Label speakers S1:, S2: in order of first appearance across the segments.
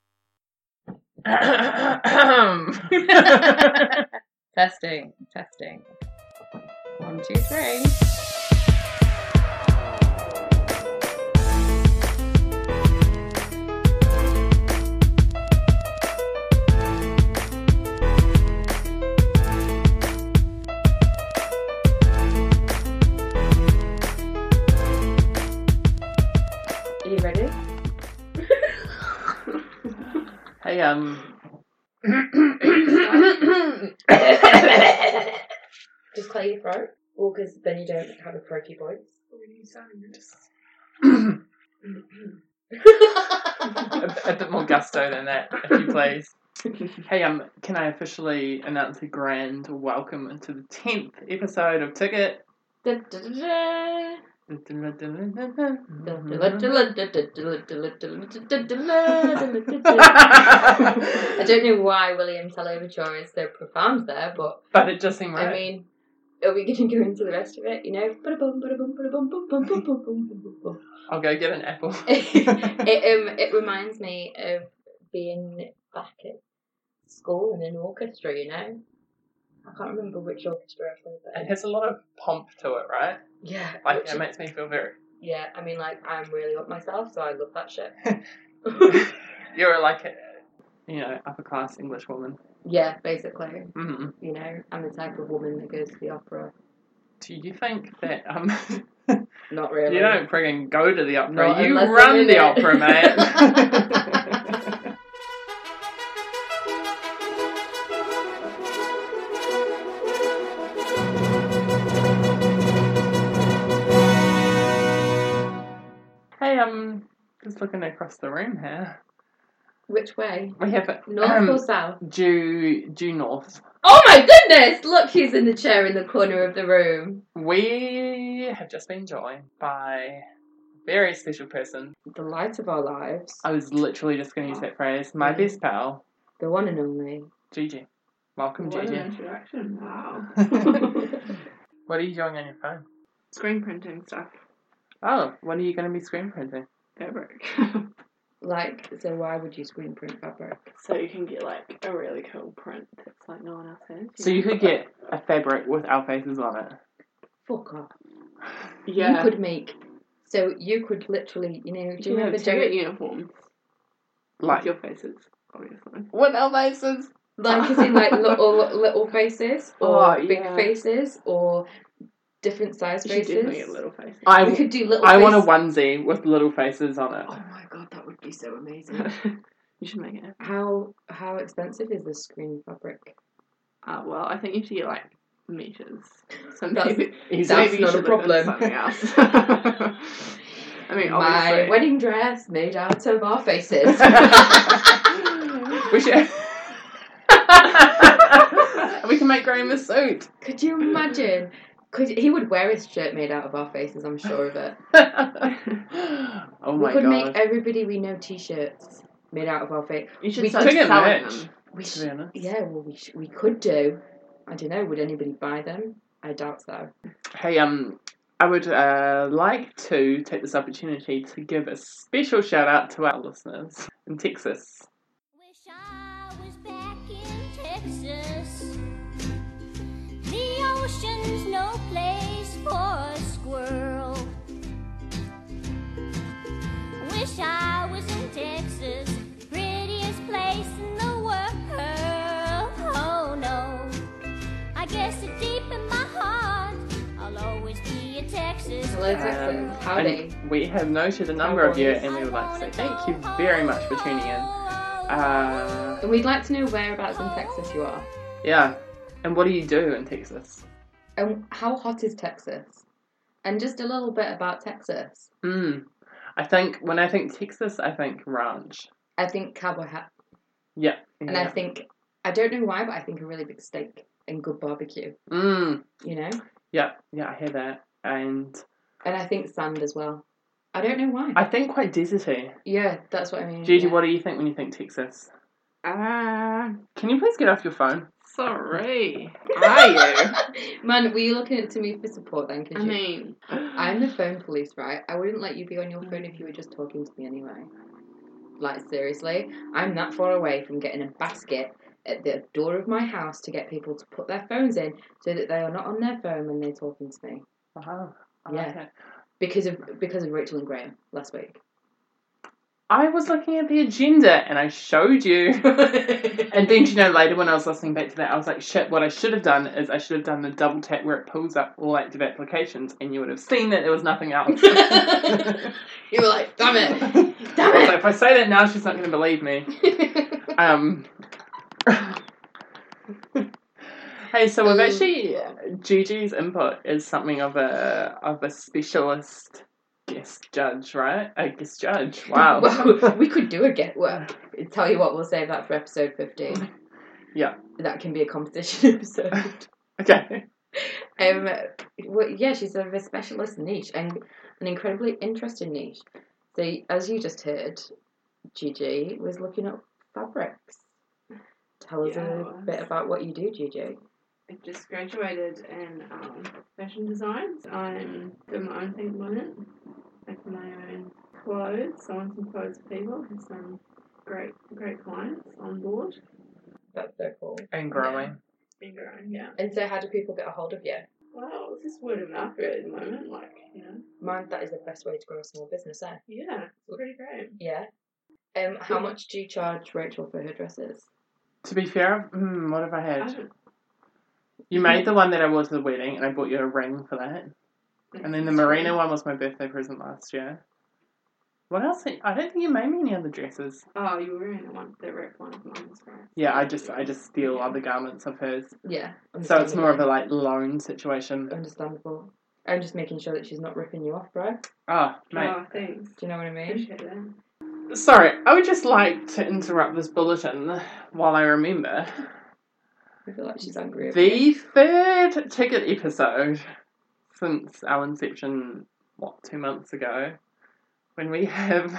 S1: testing, testing. One, two, three. Are you ready?
S2: Hey, um,
S3: Just clear your throat. Well, because then you don't have a croaky voice.
S2: a, a bit more gusto than that, if you please. hey, um, can I officially announce a grand welcome to the tenth episode of Ticket?
S3: Dun, dun, dun, dun. Dun, dun,
S2: I
S3: dun, dun, dun, dun, dun, dun, dun, dun, dun, dun, dun, dun, dun, dun. I don't know why William Salamature is so profound there, but
S2: but it just seemed
S3: I
S2: right.
S3: mean, are we going to go into the rest of it? You know, Ba-da-bum, ba-da-bum, ba-da-bum, bum, bum, bum, bum, bum, bum, bum, bum.
S2: I'll go get an apple.
S3: it um it reminds me of being back at school in an orchestra, you know. I can't remember which orchestra I was
S2: It
S3: in.
S2: has a lot of pomp to it, right?
S3: Yeah,
S2: Like
S3: which-
S2: it makes me feel very.
S3: yeah. I mean, like I'm really up myself, so I love that shit.
S2: You're like a, you know, upper class English woman.
S3: yeah, basically,
S2: hmm
S3: you know, I'm the type of woman that goes to the opera.
S2: Do you think that um,
S3: Not really.
S2: you don't frigging go to the opera?
S3: Not
S2: you
S3: unless I'm
S2: run
S3: in
S2: the
S3: it.
S2: opera, mate. hey, um, just looking across the room here.
S3: Which way?
S2: We have a-
S3: North
S2: um,
S3: or south?
S2: due due north.
S3: Oh my goodness! Look who's in the chair in the corner of the room.
S2: We have just been joined by a very special person.
S3: The light of our lives,
S2: I was literally just going to use that phrase. My best pal,
S3: the one and only.
S2: Gigi. Welcome,
S4: What an
S2: Gigi.
S4: introduction. Wow.
S2: What are you doing on your phone?
S4: Screen printing stuff.
S2: Oh, what are you going to be screen printing?
S4: Fabric.
S3: Like, so why would you screen print fabric?
S4: so you can get like a really cool print that's like no one else has.
S2: So you could get a fabric with our faces on it.
S3: Fuck off.
S4: Yeah.
S3: You could make. So you could literally, you know, do you
S4: can
S3: remember
S4: have ticket
S3: doing
S4: uniforms.
S2: Like,
S4: With your faces, obviously.
S2: with our faces.
S3: like is in like little little faces or
S4: Oh,
S3: big
S4: yeah.
S3: faces or different size
S4: You should definitely
S3: faces?
S4: get little faces.
S3: we
S2: I,
S3: could do little.
S2: I want a
S3: face-
S2: onesie with little faces on it.
S3: Oh my god, that would be so amazing.
S4: you should make it. happen.
S3: how how expensive is this screen fabric?
S4: Uh, well, I think you should get like meters. So
S3: That's-
S4: maybe,
S2: He's
S3: That's
S4: maybe you
S3: not a
S4: should look into
S3: problem.
S4: Something else. I mean,
S3: My
S4: obviously.
S3: wedding dress made out of our faces.
S2: we should. we can make Graham a suit.
S3: could you imagine? Could he would wear his shirt made out of our faces? I'm sure of it.
S2: oh
S3: we
S2: my
S3: could
S2: god.
S3: make everybody we know t-shirts made out of our face.
S4: you should
S3: we
S4: start
S2: took a
S4: selling
S2: match.
S4: them.
S3: We
S2: To
S3: sh-
S2: be honest.
S3: yeah, well, we sh- we could do. I don't know. Would anybody buy them? I doubt so.
S2: Hey, um, I would uh, like to take this opportunity to give a special shout out to our listeners in Texas.
S5: Wish I was back in Texas. The ocean's no place for a squirrel. Wish I was in Texas, prettiest place in the world. Oh no, I guess it deep in my heart, I'll always be a Texas.
S3: Hello, Texas.
S2: Um,
S3: Howdy.
S2: And we have noted a number of you, and we would like to say thank you very much for tuning in.
S5: Oh,
S2: Uh,
S3: And we'd like to know whereabouts in Texas you are.
S2: yeah. And what do you do in Texas?
S3: And how hot is Texas? And just a little bit about Texas.
S2: Mm. I think when I think Texas, I think ranch.
S3: I think cowboy hat.
S2: Yeah.
S3: And I think, I don't know why, but I think a really big steak and good barbecue,
S2: Mm.
S3: you know?
S2: Yeah. Yeah. I hear that, and
S3: And I think sand as well. I don't know why.
S2: I think quite deserty.
S3: yeah, that's what I mean.
S2: Gigi,
S3: yeah.
S2: what do you think when you think Texas?
S4: Ah,
S2: Can you please get off your phone?
S4: sorry. Are you?
S3: Man, were you looking to me for support then? Cause
S4: I
S3: you-
S4: mean,
S3: I'm the phone police, right? I wouldn't let you be on your phone if you were just talking to me anyway. Like, seriously, I'm that far away from getting a basket at the door of my house to get people to put their phones in so that they are not on their phone when they're talking to me
S2: Wow. I
S3: Yeah.
S2: like it.
S3: because of because of Rachel and Graham last week.
S2: I was looking at the agenda and I showed you. And then, you know, later when I was listening back to that, I was like, shit, what I should have done is I should have done the double tap where it pulls up all active applications and you would have seen that there was nothing else.
S3: you were like, damn it, Damn it.
S2: So if I say that now, she's not going to believe me. Um, hey, so we've
S3: Um,
S2: actually Gigi's input is something of a of a specialist guest judge, right? A guest judge. Wow.
S3: well, we could do a get work. Tell you what, we'll save that for episode fifteen.
S2: Yeah.
S3: that can be a competition episode.
S2: okay.
S3: Um, well, yeah, she's sort of a specialist niche and an incredibly interesting niche. So, as you just heard, Gigi was looking up fabrics. Tell us
S4: Yeah, I
S3: a
S4: was.
S3: bit about what you do, Gigi.
S4: I just graduated in um, fashion designs. I'm doing my own thing at the moment, making my own clothes, sewing some clothes for people, have some great great clients on board.
S3: That's so cool.
S2: And growing.
S4: Been growing, yeah.
S3: And so, how do people get a hold of you?
S4: Well, it's just word of mouth really at the moment, like, you know.
S3: Mind that is the best way to grow a small business, eh?
S4: Yeah, it's pretty great.
S3: Yeah. Um, how
S4: Yeah.
S3: much do you charge Rachel for her dresses?
S2: To be fair, mm, what have I
S4: I
S2: had?
S4: don't-
S2: You made the one that I wore to the wedding, and I bought you a ring for that. And then the merino one was my birthday present last year. What else? I don't think you made me any other dresses.
S4: Oh, you were in the one, the rep one of mine was great.
S2: Yeah, I just I just steal other garments of hers.
S3: Yeah.
S2: So it's more of a like loan situation.
S3: understandable. I'm just making sure that she's not ripping you off, bro. Do
S2: Oh, mate.
S3: Um,
S4: Oh, thanks.
S3: you know what I mean?
S2: Mm.
S4: Appreciate that.
S2: Sorry, I would just like to interrupt this bulletin while I remember.
S3: I feel like she's angry. at
S2: The
S3: me.
S2: third ticket episode since our inception, what, two months ago, when we have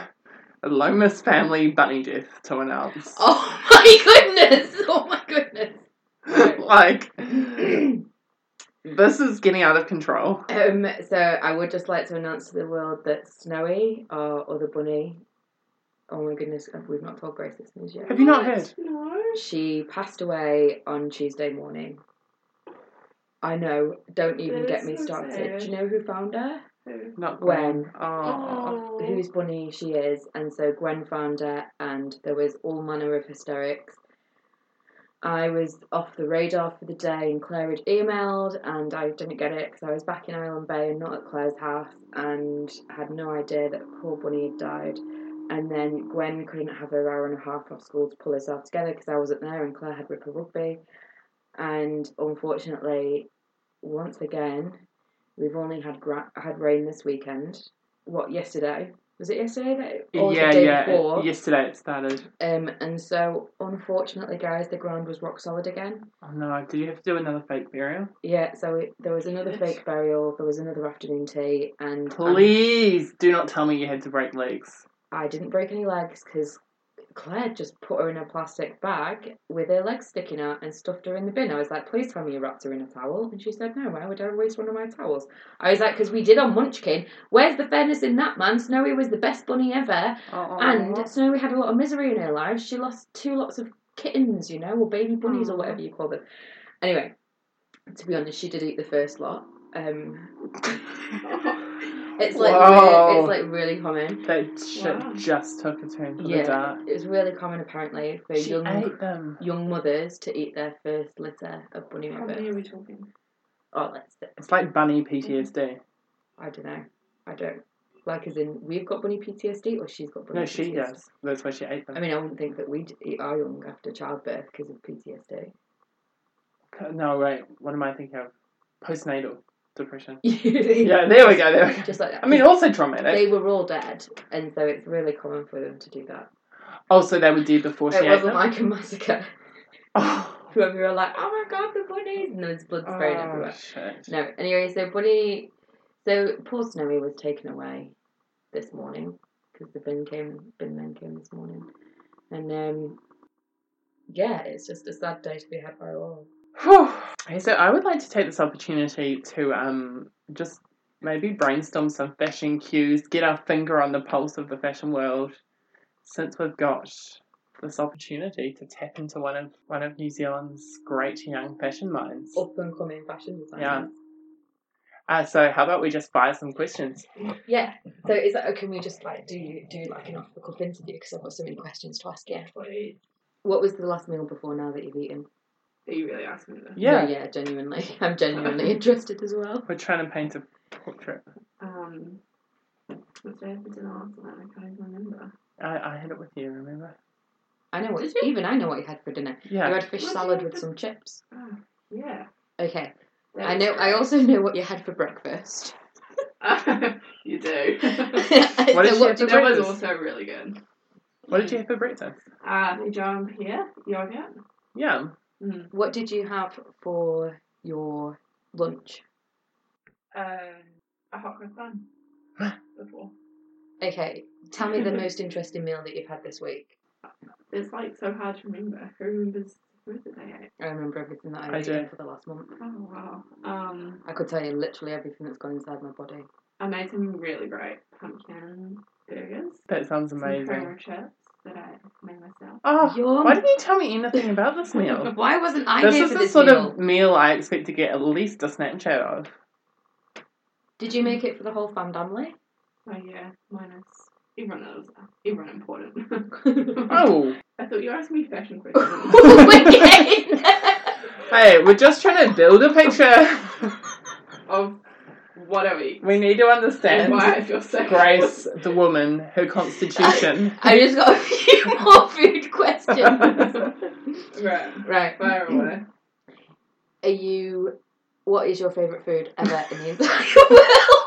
S2: a Lomas family bunny death to announce.
S3: Oh my goodness! Oh my goodness!
S2: like, this is getting out of control.
S3: Um, so I would just like to announce to the world that Snowy or, or the bunny. Oh my goodness, we've not told Grace this news yet.
S2: Have you not heard?
S4: No.
S3: She passed away on Tuesday morning. I know. Don't even
S4: That
S3: get
S4: is
S3: me
S4: so
S3: started.
S4: sad.
S3: Do you know who found her?
S4: Who?
S2: Not
S3: When?
S2: Oh.
S4: Oh.
S3: whose bunny she is. And so Gwen found her, and there was all manner of hysterics. I was off the radar for the day, and Claire had emailed, and I didn't get it because I was back in Island Bay and not at Claire's house, and had no idea that poor bunny had died. And then Gwen couldn't have her hour and a half off school to pull herself together because I wasn't there, and Claire had ripper rugby. And unfortunately, once again, we've only had gra- had rain this weekend. What yesterday? Was it yesterday that or
S2: Yeah,
S3: the day
S2: yeah. uh,
S3: before?
S2: Yesterday it started.
S3: Um, and so unfortunately, guys, the ground was rock solid again.
S2: Oh no, did you have to do another fake burial?
S3: Yeah, so it, there was another
S4: Yes.
S3: fake burial. There was another afternoon tea, and
S2: Please do not tell me you had to break legs.
S3: I didn't break any legs because Claire just put her in a plastic bag with her legs sticking out and stuffed her in the bin. I was like, please tell me you wrapped her in a towel. And she said, no, why would I waste one of my towels? I was like, because we did on Munchkin. Where's the fairness in that, man? Snowy was the best bunny ever.
S2: Oh.
S3: And Snowy had a lot of misery in her life. She lost two lots of kittens, you know, or baby bunnies or
S4: Aw.
S3: whatever you call them. Anyway, to be honest, she did eat the first lot. Um, it's like
S2: Wow.
S3: really, it's like really common.
S2: That shit
S4: Wow.
S2: just took a turn for
S3: Yeah.
S2: the dark.
S3: It was really common, apparently, for
S2: She
S3: young
S2: ate them.
S3: young mothers to eat their first litter of bunny
S4: How many
S3: rabbits.
S4: are we talking?
S3: Oh, let's.
S2: It's like bunny PTSD.
S3: I don't know. I don't like as in we've got bunny PTSD or she's got bunny.
S2: No, she
S3: PTSD.
S2: does. That's why she ate them.
S3: I mean, I wouldn't think that we'd eat our young after childbirth because of PTSD.
S2: no, wait. What am I thinking of? Postnatal depression.
S3: yeah,
S2: Yeah, there we go. There we go.
S3: Just like that.
S2: I mean, also traumatic.
S3: they were all dead, and so it's really common for them to do that.
S2: also, they were dead before she
S3: It
S2: ate
S3: wasn't
S2: them.
S3: like a massacre
S2: oh,
S3: where we were like, "Oh my god, the bunnies!" and there was blood sprayed everywhere.
S2: shit.
S3: No, anyway, so Bunny, so poor Snowy was taken away this morning because the bin came, bin men came this morning, and um, yeah, it's just a sad day to be had by all.
S2: Whew. Okay, so I would like to take this opportunity to um just maybe brainstorm some fashion cues, get our finger on the pulse of the fashion world, since we've got this opportunity to tap into one of one of New Zealand's great young fashion minds.
S3: Up and coming fashion designers.
S2: Uh, so how about we just fire some questions?
S3: Yeah. So is that? Can we just like do do like an off the cuff interview? Because I've got so many questions to ask you.
S4: Please.
S3: What was the last meal before now that you've eaten?
S4: Are you really asking me this?
S2: Yeah.
S3: No, yeah. Genuinely, I'm genuinely interested as well.
S2: We're trying to paint a portrait.
S4: Um, what did I have for dinner last night? I can't even remember.
S2: I, I had it with you, remember?
S3: I know what
S4: Did you?
S3: even I know what you had for dinner. You
S2: Yeah.
S3: had fish
S4: What did
S3: salad
S4: you
S3: with
S4: have?
S3: some chips.
S4: Oh, yeah.
S3: Okay.
S4: That
S3: I
S4: was
S3: know. I
S4: great.
S3: also know what you had for breakfast.
S4: you do.
S2: What did
S3: so
S2: you
S3: what
S2: have for
S3: did you
S4: that was
S2: breakfast?
S4: also really good.
S2: What did you have for breakfast?
S4: Uh, the jump here, yogurt.
S2: Yeah.
S4: Mm.
S3: What did you have for your lunch?
S4: Um, a hot cross bun. Before.
S3: Okay, tell me the most interesting meal that you've had this week.
S4: It's like so hard to remember. Who remembers food that they ate?
S3: I remember everything that
S2: I
S3: I've
S2: do.
S3: eaten for the last month.
S4: Oh wow. Um,
S3: I could tell you literally everything that's gone inside my body.
S4: I made some really great pumpkin burgers.
S2: That sounds
S4: Some
S2: amazing.
S4: creamer chips that I made myself.
S2: Oh,
S3: Yum.
S2: why didn't you tell me anything about this meal?
S3: Why wasn't I
S2: this
S3: here
S2: is
S3: for
S2: the
S3: this
S2: sort
S3: meal?
S2: of meal I expect to get at least a Snapchat of.
S3: Did you make it for the whole family?
S4: Oh yeah, minus everyone else. Everyone important.
S2: Oh,
S4: I thought you asked me fashion questions.
S3: Again.
S2: hey, we're just trying to build a picture.
S4: of what are we?
S2: we need to understand
S4: And why I feel so
S2: Grace, the woman, her constitution.
S3: I just got a few more food questions.
S4: right.
S3: right.
S4: Fire away.
S3: Are you? What is your favourite food ever in the entire world?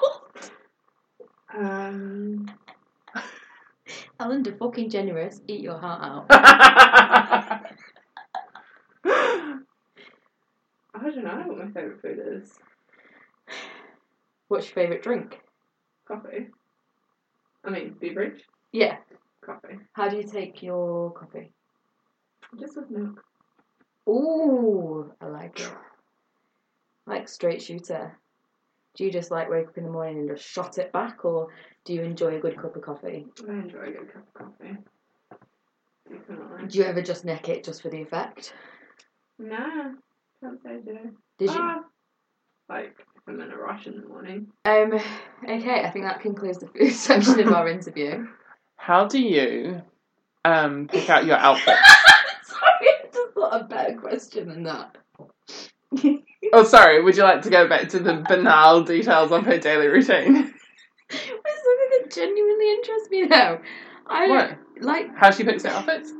S4: Um,
S3: Ellen, de fucking generous. Eat your heart out.
S2: I
S4: I don't know what my favourite food is.
S3: What's your favourite drink?
S4: Coffee. I mean, beverage.
S3: Yeah.
S4: Coffee.
S3: How do you take your coffee?
S4: Just with milk.
S3: Ooh, I like it. Like straight shooter. Do you just like wake up in the morning and just shot it back, or do you enjoy a good cup of coffee?
S4: I enjoy a good cup of coffee. Definitely.
S3: Do you ever just neck it just for the effect?
S4: Nah, can't say I do.
S3: Did you?
S4: Ah, like, if I'm in a rush in the morning.
S3: Um. Okay, I think that concludes the food section of our interview.
S2: How do you um, pick out your outfit?
S3: Sorry, I just thought a better question than that.
S2: Oh, sorry, would you like to go back to the banal details of her daily routine?
S3: There's something that genuinely interests me though. I
S2: What?
S3: like
S2: How she picks her outfits?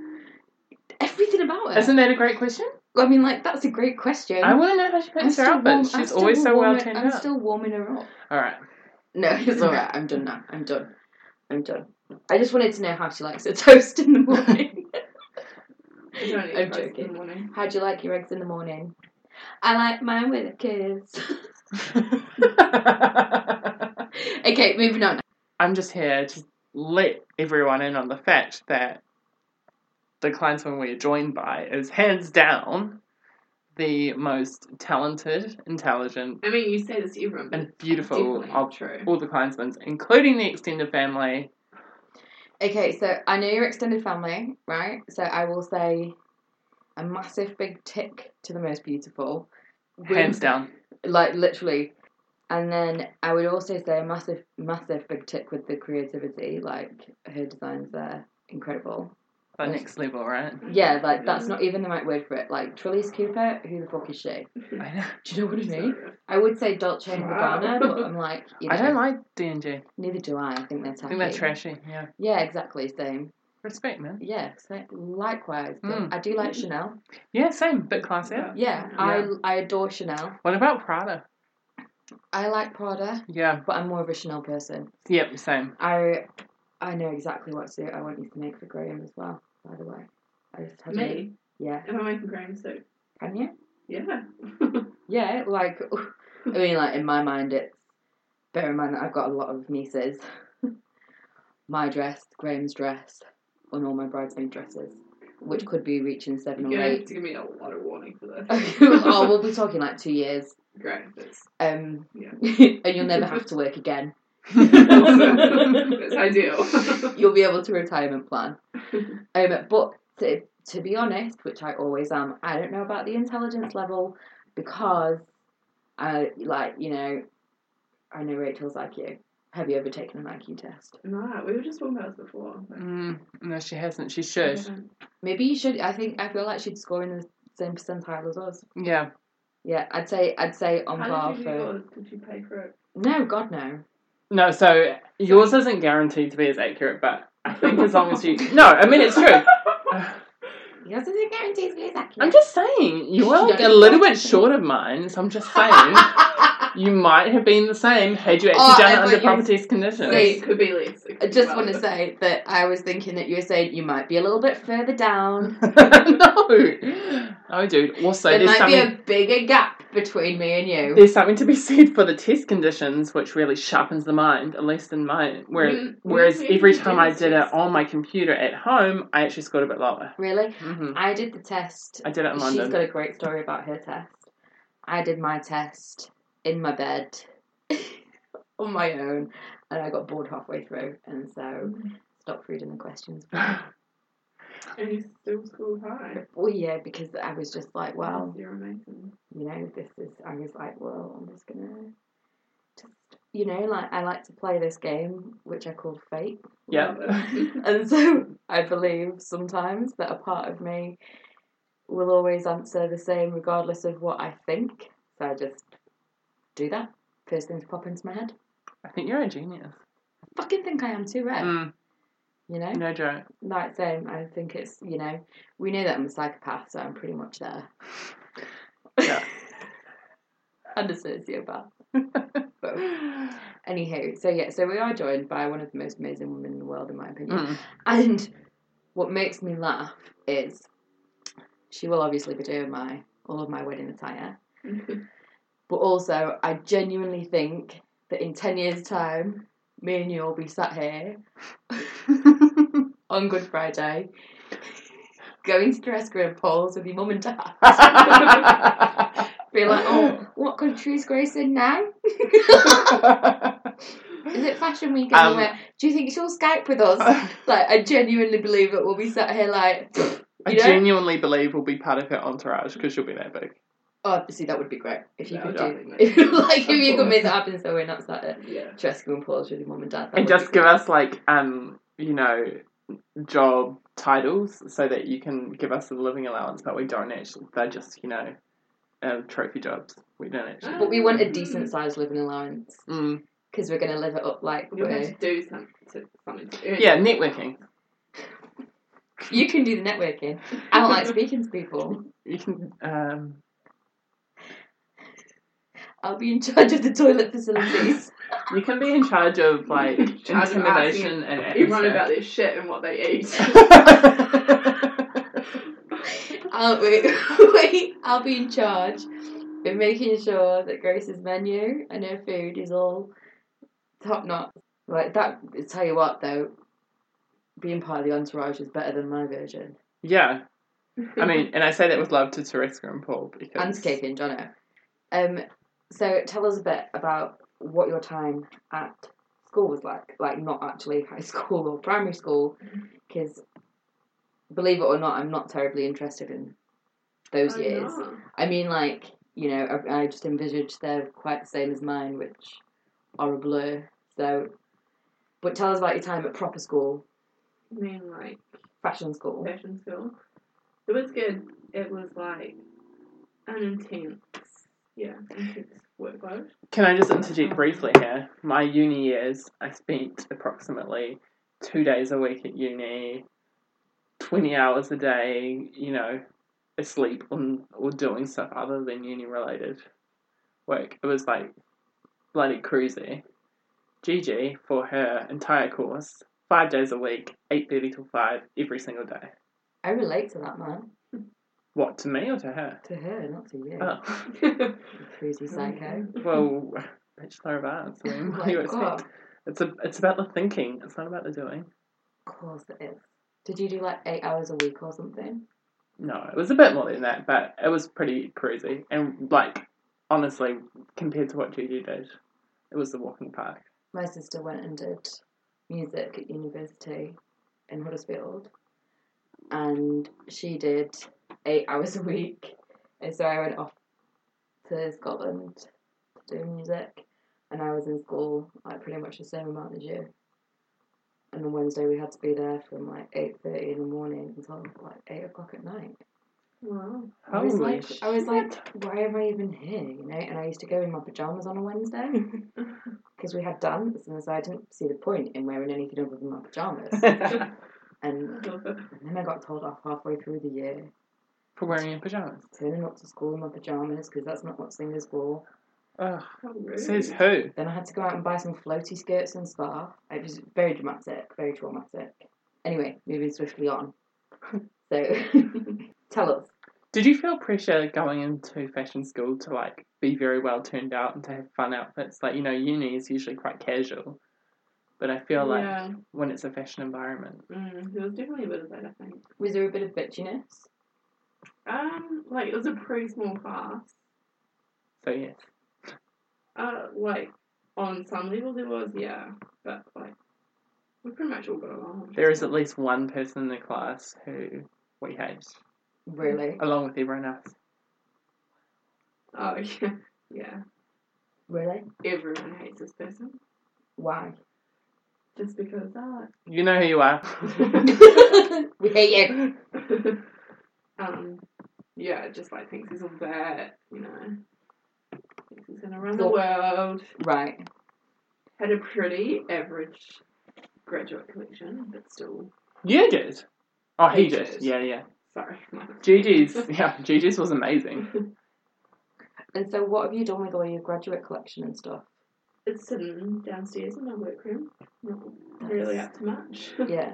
S3: everything about it.
S2: Isn't that a great question?
S3: I mean, like that's a great question.
S2: I want to know how she picks her
S3: still warm-
S2: outfits.
S3: I'm
S2: She's
S3: still
S2: always so well
S3: warming-
S2: turned
S3: I'm
S2: out.
S3: still warming her up.
S2: All right.
S3: No, it's all right. I'm done now. I'm done. I'm done. I just wanted to know how she likes her toast in the morning.
S4: I don't
S2: Oh,
S4: eat
S3: I'm
S4: toast in
S3: joking.
S4: the morning.
S3: how do you like your eggs in the morning? I like mine with a kiss. okay, moving on.
S2: I'm just here to let everyone in on the fact that the Kleinsman we're joined by is hands down the most talented, intelligent,
S4: I mean, you say this to everyone, but
S2: and
S4: it's
S2: beautiful Oh,
S4: definitely
S2: of
S4: not true.
S2: all the Kleinsmans, including the extended family.
S3: Okay, so I know your extended family, right? So I will say a massive big tick to the most beautiful.
S2: Hands down.
S3: Like literally. And then I would also say a massive, massive big tick with the creativity. Like her designs are incredible.
S2: The next level, right?
S4: Mm-hmm.
S3: Yeah, like that's not even the right word for it. Like Trillies Cooper, who the fuck is she?
S2: I, know.
S3: Do you know what I mean?
S4: Sorry.
S3: I would say Dolce and
S4: Wow.
S3: Gabbana, but I'm like, you know,
S2: I don't like D&G.
S3: neither do I. I think they're tacky.
S2: I think they're trashy. Yeah.
S3: Yeah, exactly. Same.
S2: Respect, man.
S3: Yeah, same. likewise. But
S2: Mm.
S3: I do like Chanel.
S2: Yeah, same. Bit classier.
S3: Yeah, I I adore Chanel.
S2: What about Prada?
S3: I like Prada,
S2: Yeah.
S3: but I'm more of a Chanel person.
S2: Yep, same.
S3: I I know exactly what suit I want you to make for Graham as well. By the way, I just had
S4: Me?
S3: A, yeah,
S4: Am I making graham soup?
S3: can you?
S4: Yeah.
S3: Yeah, like I mean, like in my mind, it's bear in mind that I've got a lot of nieces. my dress, Graham's dress, and all my bridesmaid dresses, which could be reaching seven
S4: You're
S3: or
S4: going
S3: eight.
S4: to give me a lot of warning for this.
S3: oh, we'll be talking like two years.
S4: Great. That's,
S3: Um,
S4: yeah.
S3: and you'll never have to work again.
S4: That's ideal.
S3: You'll be able to retirement plan. Um, but to, to be honest, which I always am, I don't know about the intelligence level because, I like you know, I know Rachel's IQ. Have you ever taken an IQ test?
S4: no, we were just talking about this before.
S2: Mm, no, she hasn't. She should.
S3: Maybe you should. I think I feel like she'd score in the same percentile as us.
S2: Yeah.
S3: Yeah, I'd say I'd say on
S4: How
S3: par
S4: did you do
S3: for.
S4: yours? Did you pay for it?
S3: No, God no.
S2: No, so yours isn't guaranteed to be as accurate, but I think as long as you. No, I mean, it's true.
S3: He doesn't do guarantees to be accurate.
S2: I'm just saying, you were like a
S3: No.
S2: little bit short of mine, so I'm just saying you might have been the same had you actually
S3: Oh,
S2: done
S3: I
S2: it
S3: thought
S2: under
S3: you-
S2: properties
S4: So
S2: conditions.
S3: Wait.
S4: it could be less. It
S3: I
S4: could
S3: just
S4: be
S3: want to
S4: less.
S3: say that I was thinking that you were saying you might be a little bit further down.
S2: no. No, dude. Also,
S3: there
S2: there's
S3: might be
S2: something.
S3: a bigger gap between me and you.
S2: There's something to be said for the test conditions, which really sharpens the mind, at least in mine. Where,
S3: Mm,
S4: When-
S2: whereas
S4: when we
S2: every
S4: did
S2: time I
S4: this
S2: did it
S4: test-
S2: on my computer at home, I actually scored a bit lower.
S3: Really?
S2: hmm
S3: I did the test.
S2: I did it in
S3: She's
S2: London.
S3: got a great story about her test. I did my test in my bed on my own, and I got bored halfway through, and so stopped reading the questions.
S4: And you still scored high.
S3: Oh yeah, because I was just like, well,
S4: You're amazing.
S3: you know, this is, I was like, well, I'm just gonna just, you know, like I like to play this game, which I call fate.
S2: Yeah.
S4: Love it.
S3: And so I believe sometimes that a part of me will always answer the same regardless of what I think. So I just do that. First things pop into my head.
S2: I think you're a genius.
S3: I fucking think I am too, right?
S2: Mm,
S3: You know?
S2: no joke.
S3: Like same, I think it's, you know, we know that I'm a psychopath, so I'm pretty much there.
S2: Yeah.
S3: and a sociopath. Both. Anywho, so yeah, so we are joined by one of the most amazing women in the world, in my opinion.
S2: Mm.
S3: And what makes me laugh is she will obviously be doing my all of my wedding attire, but also I genuinely think that in ten years' time, me and you'll be sat here on Good Friday, going to dress grid polls with your mum and dad.
S2: Mm.
S3: Be like, oh, what country is Grace in now? Is it Fashion Week
S2: Um,
S3: anywhere? Do you think she'll Skype with us? like, I genuinely believe it. We'll be sat here like,
S2: I
S3: You know?
S2: genuinely believe will be part of her entourage because she'll be that big.
S3: oh, see, that would be great if you
S4: Yeah,
S3: could
S2: yeah.
S3: do, if, like, if you could make that happen. So we're not sat at
S4: yeah.
S3: dressing and pause with your mum and dad. That
S2: and
S3: would be
S2: just give us like um you know job titles so that you can give us a living allowance but we don't actually they're just you know um, trophy jobs we don't actually
S3: great. But we want a decent sized living allowance
S2: mm.
S3: because we're gonna live it up like
S4: You'll have
S3: we're.
S4: to do some, to, something to earn.
S2: yeah networking
S3: You can do the networking. I don't like speaking to people.
S2: you can um
S3: I'll be in charge of the toilet facilities.
S2: you can be in charge of like
S4: In charge of
S2: intimidation and
S4: Everyone about
S2: atmosphere.
S4: their shit and what they eat.
S3: I'll wait, wait. I'll be in charge of making sure that Grace's menu and her food is all top notch. Like that. Tell you what, though, being part of the entourage is better than my version.
S2: yeah i mean and i say that with love to Tereska and paul because
S3: And escaping, Jono. Um. So tell us a bit about what your time at school was like. Like not actually high school or primary school,
S2: Mm-hmm.
S3: because believe it or not, I'm not terribly interested in those
S4: Oh,
S3: years.
S4: no.
S3: I mean, like, you know, I, I just envisaged they're quite the same as mine, which are a blur. So, but tell us about your time at proper school,
S4: I mean, like,
S3: fashion school.
S4: fashion school. It was good. It was like an intense, yeah, intense workload.
S2: Can I just interject briefly here? My uni years, I spent approximately two days a week at uni, 20 hours a day, you know, asleep on, or doing stuff other than uni related work. It was like bloody crazy. Gigi, for her entire course, five days a week, 8.30 till 5, every single day.
S3: I relate to that man,
S2: What, to me or to her?
S3: to her, not to you.
S2: Oh,
S3: You Crazy psycho.
S2: well, Bachelor of Arts. I mean, what do you
S3: Like,
S2: expect?
S3: Oh God,
S2: It's a, it's about the thinking. It's not about the doing.
S3: of course it is. Did you do like eight hours a week or something?
S2: No, it was a bit more than that, but it was pretty crazy. And like, honestly, compared to what Gigi did, it was the walking park.
S3: my sister went and did music at university in Huddersfield, and she did eight hours a week. And so I went off to Scotland to do music, and I was in school like pretty much the same amount as you. And on Wednesday we had to be there from like eight thirty in the morning until like eight o'clock at night.
S4: Wow.
S3: I was
S2: Holy
S3: like, I was
S2: shit.
S3: like, why am I even here? You know, and I used to go in my pajamas on a Wednesday because we had dance, and so I didn't see the point in wearing anything other than my pajamas. and then I got told off halfway through the year,
S2: For wearing your pajamas.
S3: turning up to school in my pajamas because that's not what singers wore.
S2: Ugh.
S4: How rude.
S2: Says who?
S3: Then I had to go out and buy some floaty skirts and scarf. It was very dramatic, very traumatic. Anyway, moving swiftly on. so, tell us.
S2: Did you feel pressure going into fashion school to like be very well turned out and to have fun outfits? Like you know, uni is usually quite casual, but I feel
S4: Yeah.
S2: like when it's a fashion environment,
S4: Mm, there was definitely a bit of that, I think.
S3: Was there a bit of bitchiness?
S4: Um, like it was a pretty small class.
S2: so yes,
S4: Uh, like on some level there was, yeah, but like we pretty much all got along.
S2: there is at least one person in the class who we hate,
S3: Really?
S2: along with everyone else.
S4: Oh yeah, yeah.
S3: Really?
S4: Everyone hates this person
S3: Why?
S4: just because uh,
S2: You know who you are.
S3: we hate you.
S4: um, yeah, just like thinks he's all that, you know. Thinks he's gonna run the
S3: Cool.
S4: world.
S3: Right.
S4: Had a pretty average graduate collection, but still,
S2: you did. Oh, he
S4: He
S2: did.
S4: did.
S2: Yeah, yeah.
S4: sorry.
S2: Gigi's. Yeah, Gigi's was amazing.
S3: And so, what have you done with all your graduate collection and stuff?
S4: It's sitting downstairs in my workroom. Not really up to much.
S3: Yeah.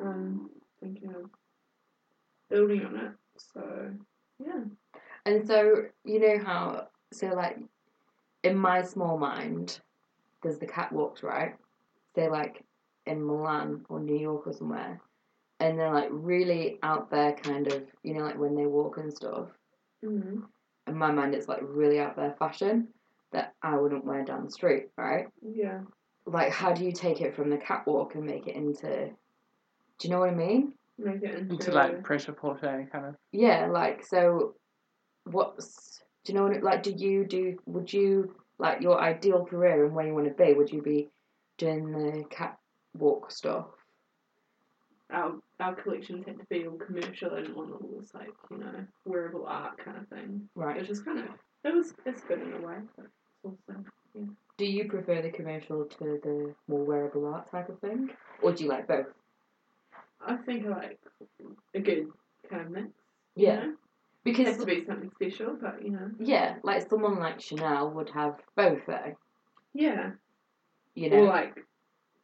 S4: um, thinking of building on it. So yeah,
S3: And so, you know how, so like, in my small mind, there's the catwalks, right? They're like in Milan or New York or somewhere. And they're like really out there, kind of, you know, like when they walk and stuff.
S4: mm
S3: In my mind, it's like really out there fashion that I wouldn't wear down the street, right?
S4: yeah,
S3: Like, how do you take it from the catwalk and make it into. Do you know what I mean?
S4: make it into,
S2: Into like pressure porter kind of.
S3: yeah like so what's do you know what it- like do you do would you like your ideal career and where you want to be would you be doing the catwalk stuff
S4: our our collections had to be all commercial. I didn't want all this like you know wearable art kind of thing. It
S3: right
S4: was just kind of it was it's good in a way, but it's also
S3: do you prefer the commercial to the more wearable art type of thing or do you like both
S4: I think I like a good kind of mix.
S3: yeah
S4: you know? it
S3: because
S4: has to be something special, but you know
S3: yeah like someone like chanel would have both though
S4: yeah,
S3: you
S4: or
S3: know
S4: like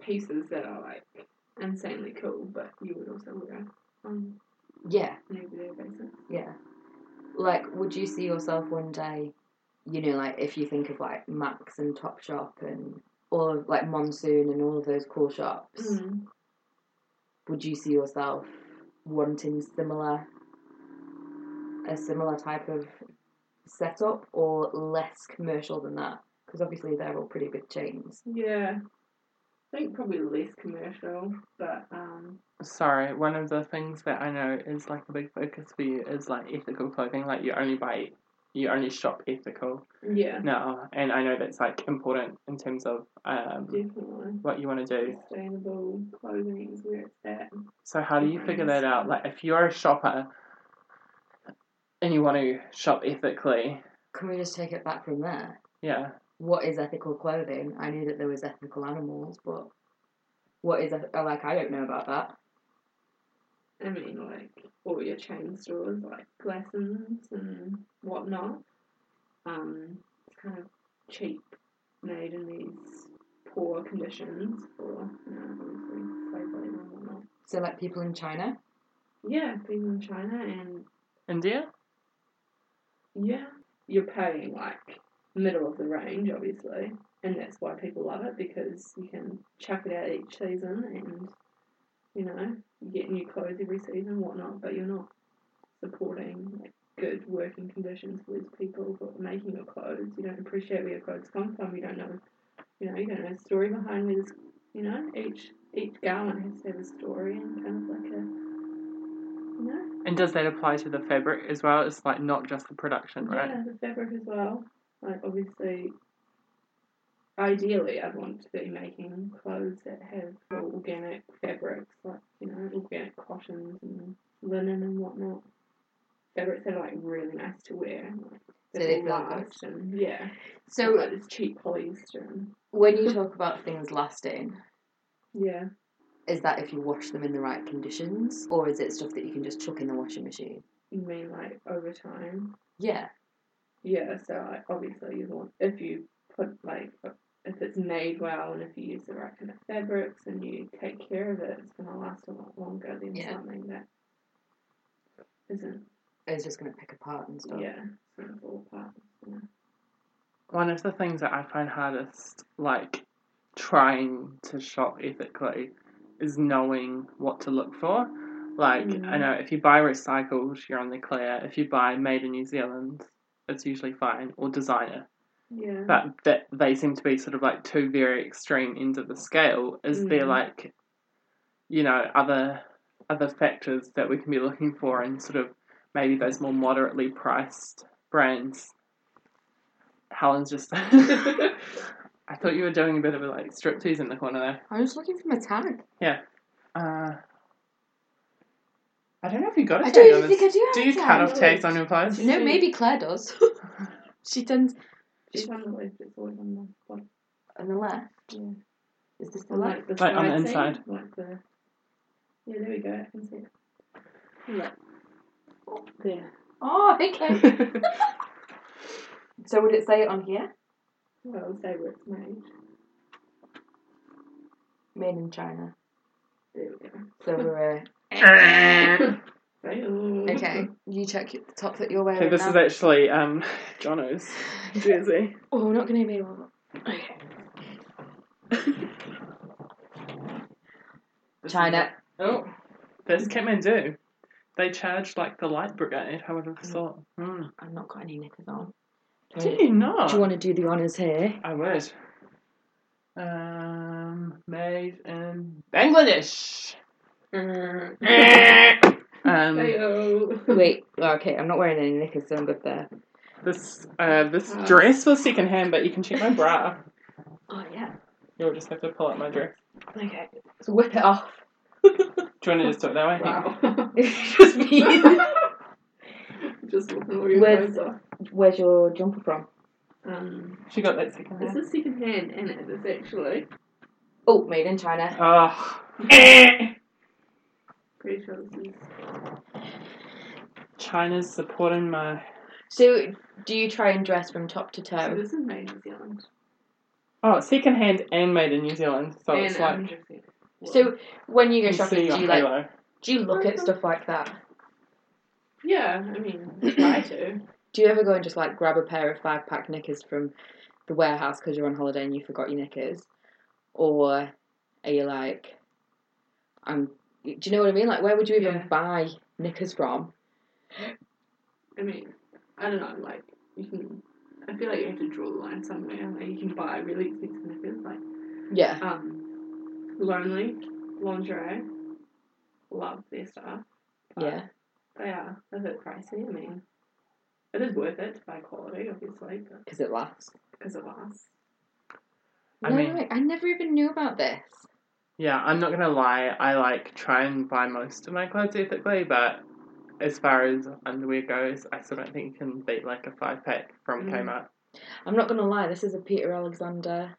S4: pieces that are like insanely cool, but you would also wear um, on
S3: yeah
S4: an everyday basis.
S3: yeah like would you see yourself one day you know like if you think of like max and topshop and all of like monsoon and all of those cool shops
S4: Mm.
S3: would you see yourself wanting similar a similar type of setup or less commercial than that because obviously they're all pretty big chains
S4: Yeah. I think probably less commercial, but um
S2: Sorry, one of the things that I know is like a big focus for you is like ethical clothing. Like you only buy, you only shop ethical
S4: yeah,
S2: now, and I know that's like important in terms of um,
S4: definitely.
S2: what you want to do.
S4: Sustainable clothing is where it's at.
S2: So how do you figure that out? Like if you're a shopper and you want to shop ethically,
S3: can we just take it back from there
S2: yeah,
S3: what is ethical clothing i knew that there was ethical animals but what is eth- like i don't know about that
S4: I mean like all your chain stores like Glassons and whatnot. Um it's kind of cheap made in these poor conditions for you know, obviously slave labor and whatnot.
S3: so like people in china
S4: Yeah, people in China and
S2: India.
S4: Yeah. You're paying like middle of the range, obviously, and that's why people love it because you can chuck it out each season and you know, you get new clothes every season and whatnot, but you're not supporting like good working conditions for these people who are making your clothes. You don't appreciate where your clothes come from, you don't know you know, kind of a story behind with, you know, each each garment has to have a story and kind of like a, you know,
S2: And does that apply to the fabric as well? It's like not just the production, right?
S4: Yeah, the fabric as well. Like obviously, ideally, I'd want to be making clothes that have all organic fabrics, like you know, organic cottons and linen and whatnot. Fabrics that are like really nice to wear. Like,
S3: So
S4: that
S3: they
S4: will
S3: feel good.
S4: last and yeah.
S3: So
S4: like this cheap polyester. and-
S3: when you talk about things lasting,
S4: Yeah.
S3: is that if you wash them in the right conditions, or is it stuff that you can just chuck in the washing machine?
S4: You mean like over time?
S3: Yeah.
S4: Yeah, so like obviously you want if you put like if it's made well and if you use the right kind of fabrics and you take care of it, it's gonna last a lot longer than
S3: Yeah.
S4: something that isn't
S3: It's just going to pick apart and stuff.
S4: yeah, sort of all part.
S2: One of the things that I find hardest, like trying to shop ethically, is knowing what to look for. Like, I
S4: Mhm.
S2: know if you buy recycled, you're on the clear. If you buy made in New Zealand, it's usually fine, or designer.
S4: Yeah.
S2: But that they seem to be sort of like two very extreme ends of the scale. Is there
S3: Mm.
S4: Mhm.
S2: like, you know, other other factors that we can be looking for, and sort of maybe those more moderately priced brands? Helen's just. I thought you were doing a bit of a like striptease in the corner there.
S3: I was looking for my tag.
S2: Uh, I don't know if you got a
S3: I
S2: tag
S3: don't
S2: on
S3: even
S2: this.
S3: think I do.
S2: Do
S3: Have
S2: you
S3: a tag.
S2: cut off tags on your clothes?
S3: No, maybe Claire does. she tends
S4: She's on the left, it's always on the bottom.
S3: on the left.
S4: Yeah.
S3: Is this the
S4: And,
S3: left?
S4: like the
S2: Like, on the
S4: side seam,
S2: inside.
S4: Like the Yeah, there we go, I can see it. Look. There.
S3: Oh, okay. so would it say it on here?
S4: Well, say where it's made.
S3: Made in China.
S4: There we go.
S3: So we're. Uh,
S4: Say, oh.
S3: okay, you check the top that you're wearing.
S2: Okay, this
S3: now.
S2: is actually um, Jono's jersey.
S3: Oh, we're not going to be able. Okay. China.
S2: Oh, there's Kathmandu. They charged like the light brigade. I would have thought. Hmm.
S3: I've not got any knickers on. Do
S2: Did
S3: you
S2: you not?
S3: want to do the honours here?
S2: I would. Um, made in Bangladesh.
S4: uh,
S2: um,
S3: Wait, okay, I'm not wearing any knickers, so I'm good there.
S2: this uh, this dress was secondhand, but you can check my bra.
S3: Oh, yeah.
S2: You'll just have to pull out my dress.
S3: Okay, so whip it off.
S2: Do you want to just do it that way?
S4: Wow.
S3: Just me.
S4: Just looking all your
S3: With-
S4: clothes off.
S3: Where's your jumper from?
S4: Um,
S2: She got that second
S4: this
S2: hand.
S4: is second hand and it is actually
S3: Oh, made in China.
S2: Oh.
S4: pretty sure this is
S2: China's supporting my.
S3: So, do you try and dress from top to
S4: so
S3: toe?
S4: this is made in New Zealand.
S2: Oh, it's second hand and made in New Zealand. So
S4: and
S2: it's like.
S4: um, Japan.
S3: So, when you
S2: you
S3: go shopping,
S2: see
S3: do
S2: on
S3: you like
S2: Halo.
S3: do you look at stuff like that?
S4: yeah, I mean try to.
S3: Do you ever go and just like grab a pair of five pack knickers from the warehouse because you're on holiday and you forgot your knickers, or are you like, I'm? Do you know what I mean? Like, where would you even
S4: Yeah.
S3: buy knickers from?
S4: I mean I don't know, like you can I feel like you have to draw the line somewhere. Like you can buy really expensive knickers, like
S3: Yeah,
S4: um lonely, lingerie. Love their stuff. but
S3: yeah.
S4: They are a bit pricey, I mean it is worth it to buy quality, obviously, but
S3: Because it lasts.
S4: because it lasts.
S2: I
S3: no,
S2: mean-
S3: way, I never even knew about this.
S2: Yeah, I'm not gonna lie. I like try and buy most of my clothes ethically, but as far as underwear goes, I still don't think you can beat like a five pack from
S4: Mm.
S2: Kmart.
S3: I'm not gonna lie. This is a Peter Alexander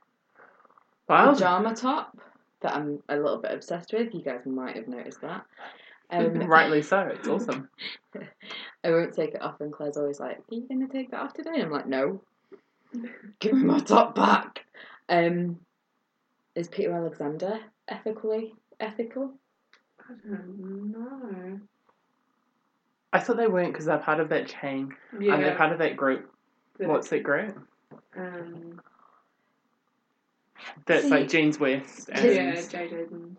S2: Wow.
S3: pajama top that I'm a little bit obsessed with. You guys might have noticed that. Um,
S2: Rightly so. It's awesome.
S3: I won't take it off, and Claire's always like, "Are you going to take that off today?" And I'm like, "No, give me my top back." Um, is Peter Alexander ethically ethical?
S4: I don't know.
S2: I thought they weren't because they're part of that chain.
S4: Yeah.
S2: And they're part of that group.
S4: but,
S2: What's that group?
S4: Um,
S2: That's
S3: See-
S2: like Jeans West and
S4: yeah, JJ's and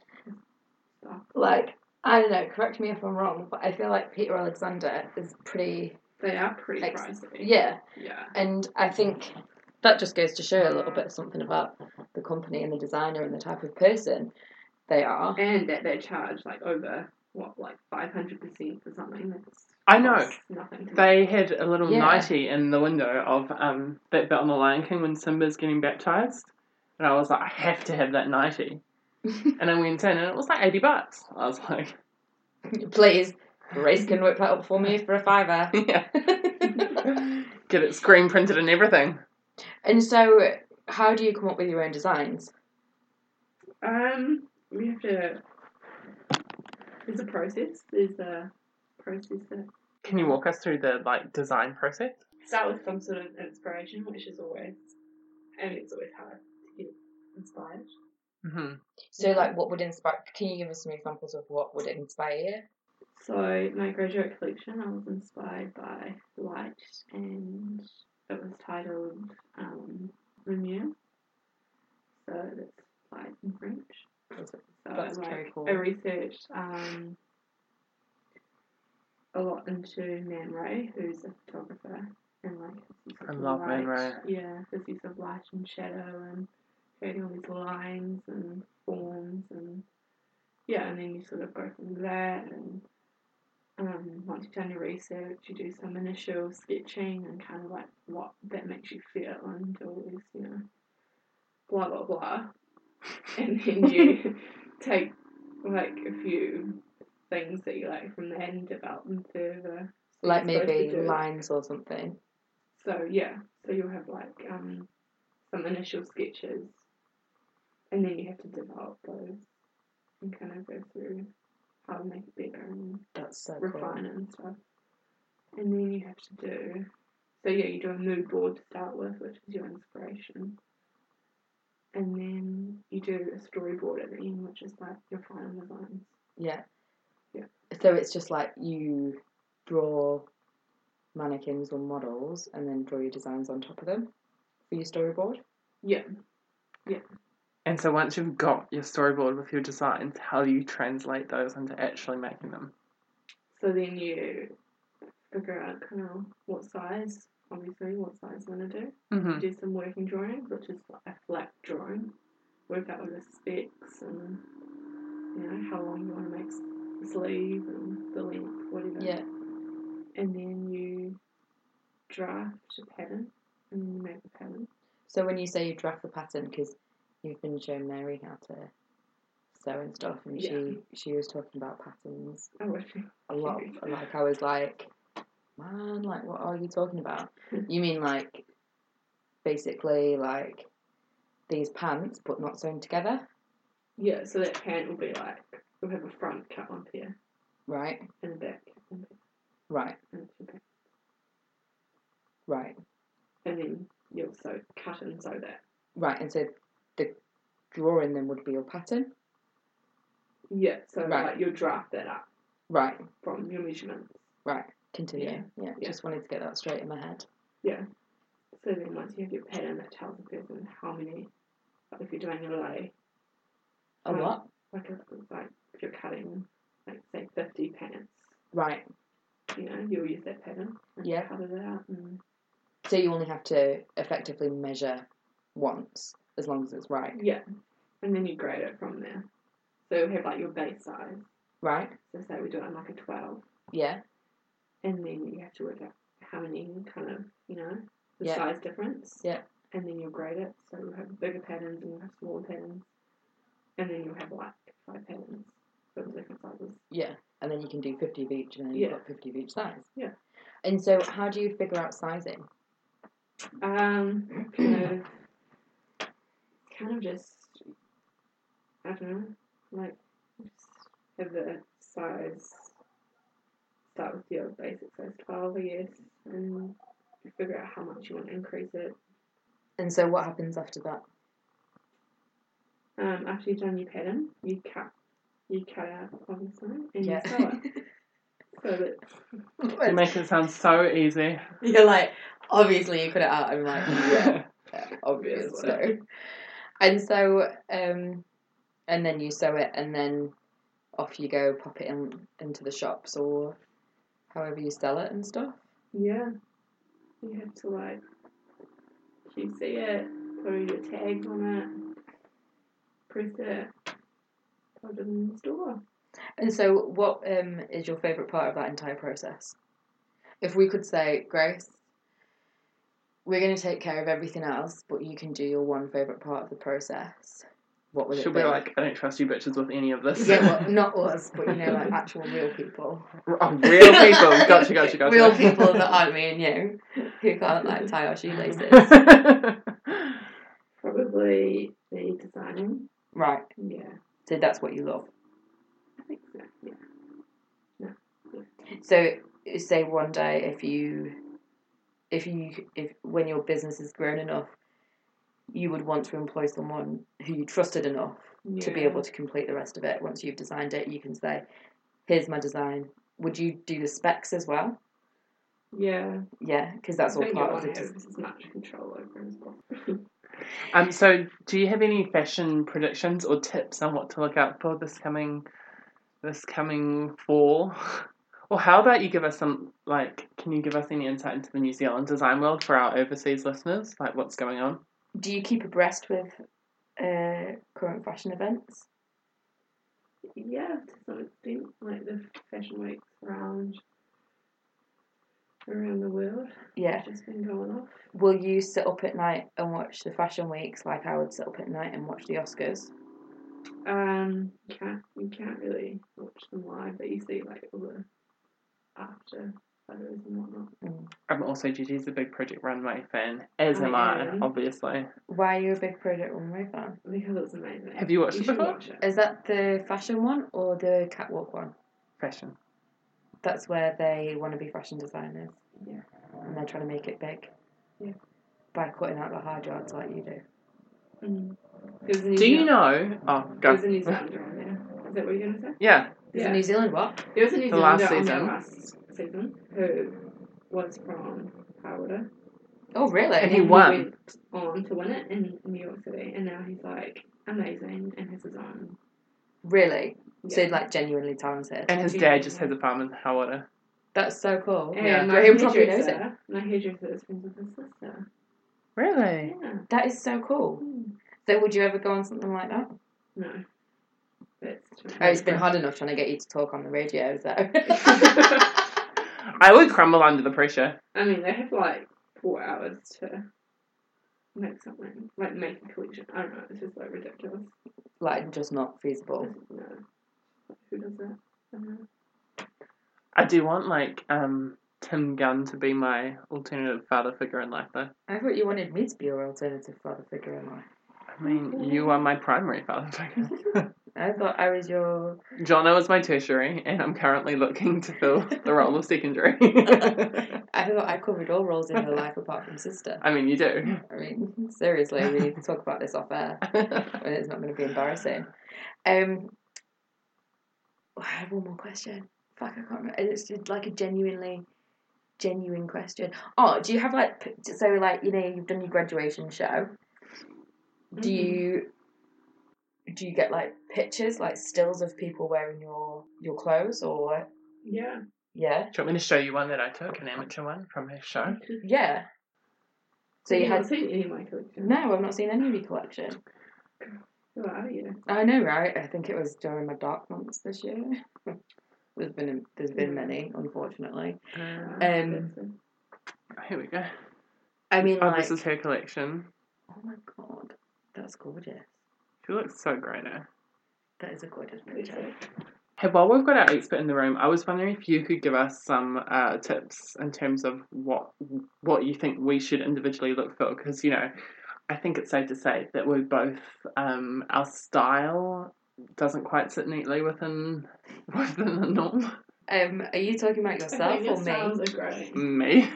S4: stuff.
S3: Like, I don't know. Correct me if I'm wrong, but I feel like Peter Alexander is pretty,
S4: They are pretty
S3: Ex-
S4: pricey.
S3: yeah.
S4: Yeah.
S3: And I think that just goes to show a little bit of something about the company and the designer and the type of person they are.
S4: and that they charge like over what like five hundred percent for something that's
S2: I know.
S4: costs nothing. To
S2: They had a little
S3: Yeah.
S2: nighty in the window of um, that bit on the Lion King when Simba's getting baptized, and I was like, I have to have that nighty. and I went in, and it was like eighty bucks. I was like,
S3: Please, Grace can whip that up for me for a fiver.
S2: yeah, get it screen printed and everything.
S3: and so, how do you come up with your own designs?
S4: Um, we have to. There's a process. There's a process that
S2: Can you walk us through the like design process?
S4: start with some sort of inspiration, which is always, and it's always hard to get inspired.
S3: Mm-hmm.
S2: hmm
S3: So, like, what would inspire? Can you give us some examples of what would inspire you?
S4: So my graduate collection, I was inspired by light, and it was titled um, Lumiere. So that's light in French. So
S3: That's
S4: I, like,
S3: very cool.
S4: I researched um, a lot into Man Ray, who's a photographer, and like his use of
S2: I love Man
S4: light. Yeah, his use of light and shadow, and creating all these lines and forms, and yeah, and then you sort of go from there. And um, once you've done your research, you do some initial sketching and kind of like what that makes you feel, and all this, you know, blah blah blah, and then you take like a few things that you like from there and develop them further. So
S3: Like
S4: you're supposed to
S3: maybe
S4: do-
S3: lines or something.
S4: So yeah, so you'll have like um, some initial sketches, and then you have to develop those and kind of go through how to make it better and
S3: That's so
S4: refine it and stuff. And then you have to do. So yeah, you do a mood board to start with, which is your inspiration. And then you do a storyboard at the end, which is like your final designs.
S3: Yeah.
S4: Yeah.
S3: So it's just like you draw mannequins or models and then draw your designs on top of them for your storyboard.
S4: Yeah.
S2: And so once you've got your storyboard with your designs, how do you translate those into actually making them?
S4: So then you figure out kind of what size, obviously, what size you want to do.
S2: Mm-hmm.
S4: do some working drawings, which is like a flat drawing. Work out all the specs and you know how long you want to make s- the sleeve and the length, whatever.
S3: Yeah.
S4: And then you draft a pattern and you make a pattern.
S3: So when you say you draft the pattern, because you've been showing Mary how to sew and stuff, and she she was talking about patterns
S4: I wish.
S3: a lot. like I was like, man, like what are you talking about? You mean like basically like these pants, but not sewn together,
S4: Yeah. So that pant will be like we'll have a front cut one pair
S3: right?
S4: and a back cut one pair
S3: Right,
S4: and a back.
S3: right.
S4: And then you also cut and sew that.
S3: Right, and so the drawing then would be your pattern.
S4: Yeah. So
S3: Right.
S4: like you'll draft that up
S3: Right,
S4: from your measurements.
S3: right. Continue. Yeah,
S4: Yeah.
S3: just wanted to get that straight in my head.
S4: So then once you have your pattern, that tells the person how many, like if you're doing a lay,
S3: A
S4: Right.
S3: what?
S4: like, if, like if you're cutting, like say 50 pants,
S3: Right.
S4: you know, you'll use that pattern and
S3: Yeah.
S4: cut it out. And,
S3: So you only have to effectively measure once, as long as it's right.
S4: yeah. And then you grade it from there. So you'll have like your base size.
S3: Right?
S4: So say we do it on like a 12,
S3: Yeah.
S4: and then you have to work out how many kind of, you know, the
S3: Yeah.
S4: size difference.
S3: Yeah.
S4: And then you'll grade it. So you'll have bigger patterns and you'll have smaller patterns. And then you'll have like five patterns of different sizes.
S3: Yeah. And then you can do 50 of each, and then you've
S4: Yeah.
S3: got 50 of each size.
S4: Yeah.
S3: And so, how do you figure out sizing?
S4: Um, kind of, kind of just, I don't know, like, just have the size, start with your basic size 12, I guess, and figure out how much you want to increase it.
S3: And so, what happens after that?
S4: Um, after you've done your pattern, you cut, you cut out, obviously, and
S3: Yeah.
S4: you sew it. So that's,
S2: You make it sound so easy.
S3: You're like, obviously, you cut it out. I'm like, yeah. obvious. So.
S4: Obviously.
S3: And so, um, and then you sew it, and then off you go, pop it in into the shops or however you sell it and stuff.
S4: yeah, you have to, like, if you see it, put your tag on it, press it, put it in the store.
S3: And so, what um, is your favourite part of that entire process? If we could say, Grace, we're going to take care of everything else, but you can do your one favourite part of the process. What would it
S2: She'll
S3: be?
S2: be like, I don't trust you bitches with any of this.
S3: yeah, well, not us, but you know, like actual real people.
S2: oh, real people. Gotcha, gotcha, gotcha.
S3: Real people that aren't me and you, who can't like tie our shoelaces.
S4: Probably the designing.
S3: right.
S4: Yeah,
S3: So that's what you love.
S4: I think so. Yeah.
S3: So say one day if you if you if when your business is grown enough you would want to employ someone who you trusted enough to be
S4: Yeah.
S3: able to complete the rest of it once you've designed it you can say here's my design would you do the specs as well
S4: Yeah.
S3: yeah because that's
S4: I
S3: all
S4: think
S3: part
S4: you
S3: of the
S4: want to
S3: design
S4: have as much control over as possible.
S2: um, so, do you have any fashion predictions or tips on what to look out for this coming this coming fall? Or how about you give us some like? Can you give us any insight into the New Zealand design world for our overseas listeners? Like, what's going on?
S3: do you keep abreast with uh, current fashion events
S4: yeah, to some extent, like the fashion weeks around around the world,
S3: yeah
S4: have just been going off.
S3: will you sit up at night and watch the fashion weeks like I would sit up at night and watch the Oscars
S4: Um, you can't you can't really watch them live, but you see like all the after photos and whatnot.
S3: Mm.
S2: I'm also Gigi's a big Project Runway fan, as am
S4: I
S2: I,
S4: am.
S2: obviously.
S3: why are you a big Project Runway fan
S4: Because it's amazing.
S2: Have you watched it
S4: should
S2: before?
S4: Watch it.
S3: Is that the fashion one or the catwalk one?
S2: Fashion.
S3: That's where they want to be fashion designers.
S4: Yeah.
S3: And they're trying to make it big.
S4: Yeah.
S3: By cutting out the hard yards like you do.
S4: Mm. There's a New
S2: Do you
S4: Zealand-
S2: know? Oh,
S4: There's a New
S2: go.
S4: Zealander on there. Is that what you're gonna say?
S2: Yeah.
S3: Is
S4: Yeah.
S3: it New Zealand what?
S4: There was a New
S2: The last
S4: Zealander on there
S2: season.
S4: last season who was from Powder.
S3: Oh
S2: And
S3: really?
S2: he
S4: And
S2: won.
S4: went on to win it in New York City, and now he's like amazing and has his own.
S3: Really? So
S4: yeah.
S3: like genuinely talented.
S2: And his dad just has a farm in Hawara.
S3: That's so cool.
S4: and
S2: yeah.
S4: my
S3: But he probably knows
S4: hairdresser, my hairdresser is friends with his sister.
S2: Really?
S4: Yeah.
S3: That is so cool.
S4: Hmm.
S3: So would you ever go on something like that?
S4: No. That's true.
S3: Oh, it's been hard enough trying to get you to talk on the radio, so
S2: I would crumble under the pressure.
S4: I mean, they have like four hours to make something, like make a collection. I don't know. It's just like ridiculous.
S3: like just not feasible.
S4: No. Who does that? I don't know.
S2: I do want like um Tim Gunn to be my alternative father figure in life though.
S3: I thought you wanted me to be your alternative father figure in life.
S2: I mean, you are my primary father figure.
S3: I thought I was your
S2: Jono is my tertiary and I'm currently looking to fill the role of secondary.
S3: I thought I covered all roles in your life apart from sister.
S2: I mean you do.
S3: I mean, seriously, we need to talk about this off air when it's not going to be embarrassing. Um, I have one more question. Fuck, I can't remember. It's just like a genuinely, genuine question. Oh, do you have like p- so like you know you've done your graduation show? Do
S4: Mhm.
S3: you do you get like pictures like stills of people wearing your your clothes or
S4: Mm-hmm. Yeah.
S3: yeah
S2: Do you want me to show you one that I took, an amateur one from his show?
S3: yeah? So you had
S4: haven't seen any of my collection.
S3: No, I've not seen any of your collection.
S4: Who are you?
S3: I know, right? I think it was during my dark months this year. there's been there's been many, unfortunately.
S2: Uh,
S3: Um,
S2: here we go.
S3: I mean,
S2: Oh,
S3: like,
S2: this is her collection.
S3: oh my god, that's gorgeous.
S2: She looks so great eh? now.
S3: That is a gorgeous picture.
S2: Hey, while we've got our expert in the room, I was wondering if you could give us some uh, tips in terms of what what you think we should individually look for, because you know, I think it's safe to say that we're both um, our style doesn't quite sit neatly within within the norm.
S3: Um, are you talking about
S4: I
S3: yourself
S4: think
S3: or
S4: your
S3: me?
S4: styles are great.
S2: Me.
S4: I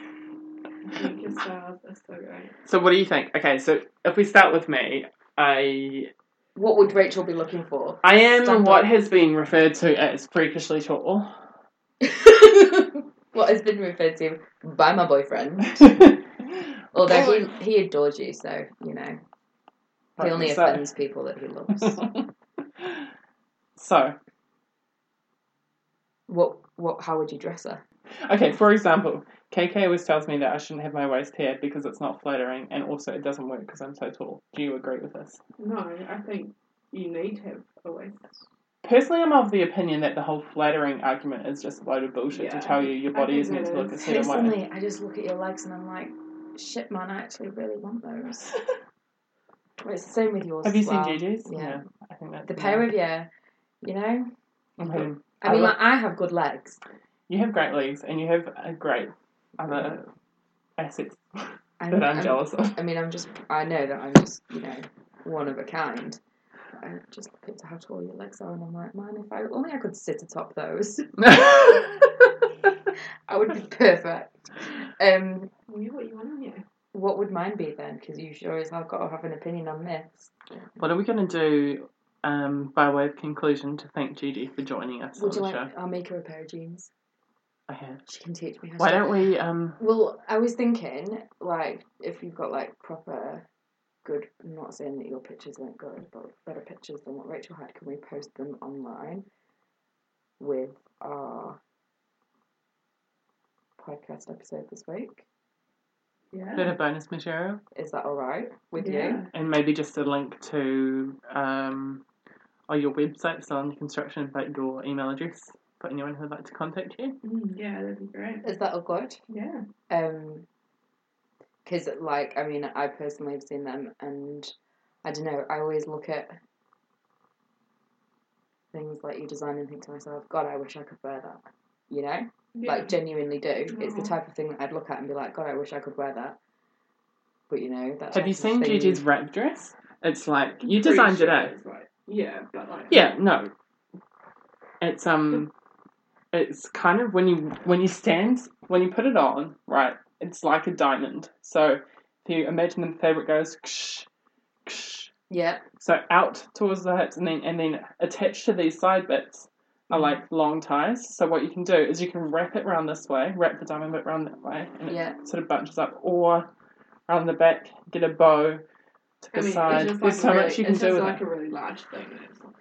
S2: Mm.
S4: think your styles are so great.
S2: So, what do you think? Okay, so if we start with me, I
S3: What would Rachel be looking for?
S2: I am
S3: Stand
S2: what
S3: up.
S2: has been referred to as freakishly tall.
S3: what has been referred to by my boyfriend, although he he adores you, so you know he only
S2: So-
S3: offends people that he loves.
S2: so,
S3: what what? How would you dress her?
S2: okay, for example, KK always tells me that I shouldn't have my waist hair because it's not flattering and also it doesn't work because I'm so tall. Do you agree with this?
S4: No, I think you need to have a waist.
S2: Personally, I'm of the opinion that the whole flattering argument is just a load of bullshit
S4: Yeah.
S2: to tell you your
S4: I
S2: body
S4: think
S2: is meant
S4: it
S2: to look a
S4: is.
S2: certain way.
S3: Personally, I just look at your legs and I'm like, shit, man, I actually really want those. well, it's the same with yours.
S2: Have
S3: as
S2: you seen
S3: well.
S2: Gigi's?
S3: Yeah.
S2: I think that's
S3: The pair of you, you know?
S2: Mhm.
S3: I
S2: I
S3: mean,
S2: look-
S3: like, I have good legs.
S2: You have great legs and you have a great other assets
S3: I'm,
S2: that I'm jealous of.
S3: I mean, I'm just, I know that I'm just, you know, one of a kind. But I just look into how tall your legs are and I'm like, man, if I only I could sit atop those, I would be perfect. Um,
S4: You what you want on you.
S3: what would mine be then? Because you sure as hell got to have an opinion on this.
S2: what are we going to do um, by way of conclusion to thank Gigi for joining us
S3: Would you
S2: on the
S3: like?
S2: show?
S3: I'll make her a pair of jeans.
S2: I have.
S3: She can teach me how.
S2: Why
S3: to-
S2: don't we? Um,
S3: Well, I was thinking, like, if you've got like proper good. I'm not saying that your pictures weren't good, but better pictures than what Rachel had. Can we post them online with our podcast episode this week?
S2: bit
S4: Yeah.
S2: of bonus material
S3: Is that all right with you?
S4: Yeah.
S2: and maybe just a link to um, or your website still under construction, but your email address for anyone who'd like to contact you.
S4: Mm, yeah, that'd be great.
S3: Is that all good?
S4: Yeah.
S3: Um, because like I mean, I personally have seen them, and I don't know. I always look at things like you design and think to myself, God, I wish I could wear that. You know,
S4: yeah.
S3: like genuinely do. It's the
S4: Aw.
S3: type of thing that I'd look at and be like, God, I wish I could wear that. But you know, that's
S2: Have you seen Gigi's wrap dress? It's like you
S4: Pretty
S2: designed
S4: sure
S2: it out.
S4: it's Like, yeah, but like.
S2: Yeah, no. It's um it's kind of when you when you stand when you put it on, right, it's like a diamond. So if you imagine the fabric goes ksh, ksh,
S3: Yeah,
S2: so out towards the hips and then and then attached to these side bits are like long ties. So what you can do is you can wrap it round this way, wrap the diamond bit round that way, and
S3: yeah.
S2: it sort of bunches up or round the back, get a bow to the
S4: I mean, it's
S2: side.
S4: just like
S2: There's
S4: a
S2: so
S4: really,
S2: much you can
S4: it's
S2: do
S4: just
S2: with it.
S4: like a really large thing. and It's like,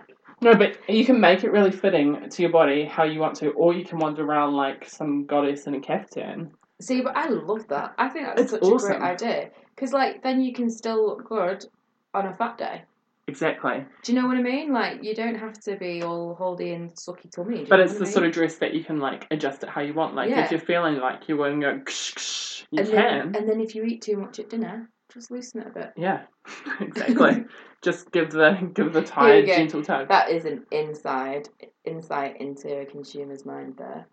S2: No, but you can make it really fitting to your body how you want to, or you can wander around like some goddess in a caftan.
S3: See, but I love that. I think that's
S2: It's
S3: such a
S2: awesome.
S3: great idea because, like, then you can still look good on a fat day.
S2: Exactly.
S3: Do you know what I mean? Like, you don't have to be all holdy and sucky tummy. do you
S2: But
S3: know
S2: it's
S3: what
S2: the
S3: I
S2: sort
S3: mean?
S2: of dress that you can like adjust it how you want. Like
S3: Yeah.
S2: if you're feeling like you want to go, ksh, ksh, you
S3: and
S2: can.
S3: Then, and then if you eat too much at dinner, just loosen it a bit.
S2: yeah, exactly. Just give the give the tie a
S3: go.
S2: gentle tug.
S3: That is an inside insight into a consumer's mind. There,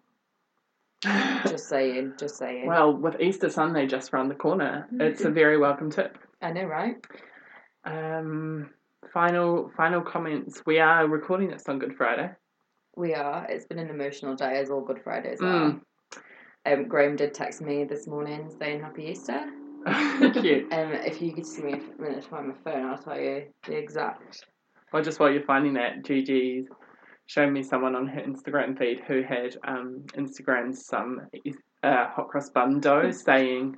S3: just saying, just saying.
S2: well, with Easter Sunday just round the corner, it's a very welcome tip.
S3: I know, right?
S2: Um, final final comments. We are recording this on Good Friday.
S3: We are. It's been an emotional day, as all Good Fridays
S2: Mm.
S3: are. Um, Graham did text me this morning saying Happy Easter.
S2: Cute.
S3: Um, if you could see me a minute on my phone, I'll tell you the exact.
S2: Well, just while you're finding that, Gigi's shown me someone on her Instagram feed who had um, Instagrammed some uh, hot cross bun dough saying,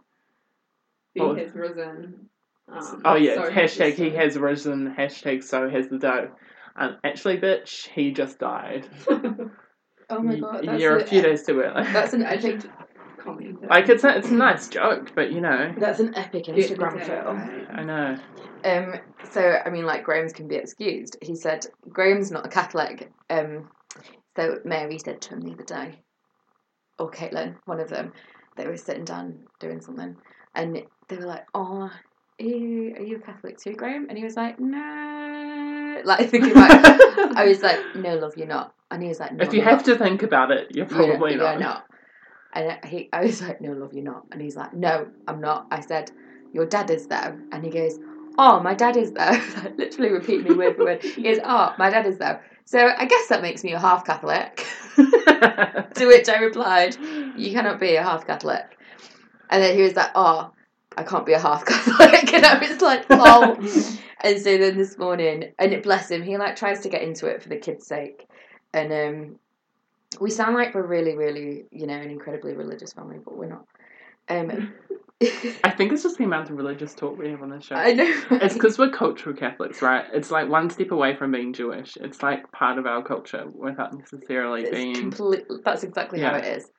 S4: he
S2: Well-
S4: has risen. Um,
S2: oh yeah,
S4: so
S2: it's hashtag he
S4: so-
S2: has risen, hashtag so has the dough. Um, actually, bitch, he just died.
S3: Oh my god, that's
S2: You're a
S3: the-
S2: few days too early.
S3: That's an
S4: I
S3: epic.
S4: should comment.
S2: like, it's a, it's a nice joke, but you know,
S3: That's an epic Instagram photo.
S2: I know.
S3: Um, so I mean, like Graham's can be excused. He said Graham's not a Catholic. Um, so Mary said to him the other day, or Caitlin, one of them, they were sitting down doing something, and they were like, "Oh, are you, are you a Catholic too, Graham?" And he was like, "No." Like thinking about, I was like, "No, love, you're not." And he was like, no,
S2: if you
S3: I'm
S2: have to
S3: not.
S2: think about it, you're
S3: You're-
S2: probably
S3: you're
S2: not.
S3: not. And I- he, I was like, no, love, you're not. And he's like, no, I'm not. I said, your dad is though. And he goes, oh, my dad is though. Like, Literally repeating me word for word. He goes, oh, my dad is though. So I guess that makes me a half Catholic. to which I replied, you cannot be a half Catholic. And then he was like, oh, I can't be a half Catholic. And I was like, lol. and so then this morning, and it bless him, he like tries to get into it for the kids' sake. And um, we sound like we're really, really, you know, an incredibly religious family, but we're not. Um,
S2: I think it's just the amount of religious talk we have on this show.
S3: I know. right?
S2: It's because we're cultural Catholics, right? It's like one step away from being Jewish. It's like part of our culture without necessarily
S3: It's
S2: being.
S3: complete- that's exactly how
S2: Yeah.
S3: it is.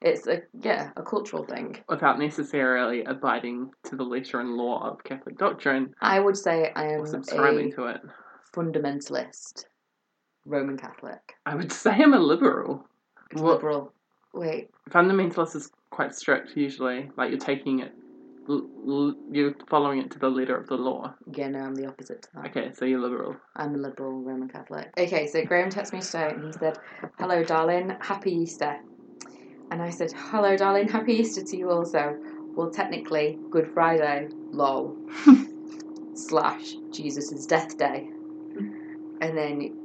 S3: It's a yeah, a cultural thing.
S2: without necessarily abiding to the letter and law of Catholic doctrine
S3: I would say I am
S2: or subscribing
S3: a
S2: to it.
S3: fundamentalist Roman Catholic.
S2: I would say I'm a liberal. Well,
S3: Liberal. Wait,
S2: fundamentalist is quite strict usually. Like you're taking it, l- l- you're following it to the letter of the law.
S3: yeah, no, I'm the opposite to that.
S2: Okay, so you're liberal.
S3: I'm a liberal Roman Catholic. Okay, so Graham texted me today and he said, Hello, darling, happy Easter. And I said, Hello, darling, happy Easter to you also. Well, technically, Good Friday, lol, slash Jesus' death day. And then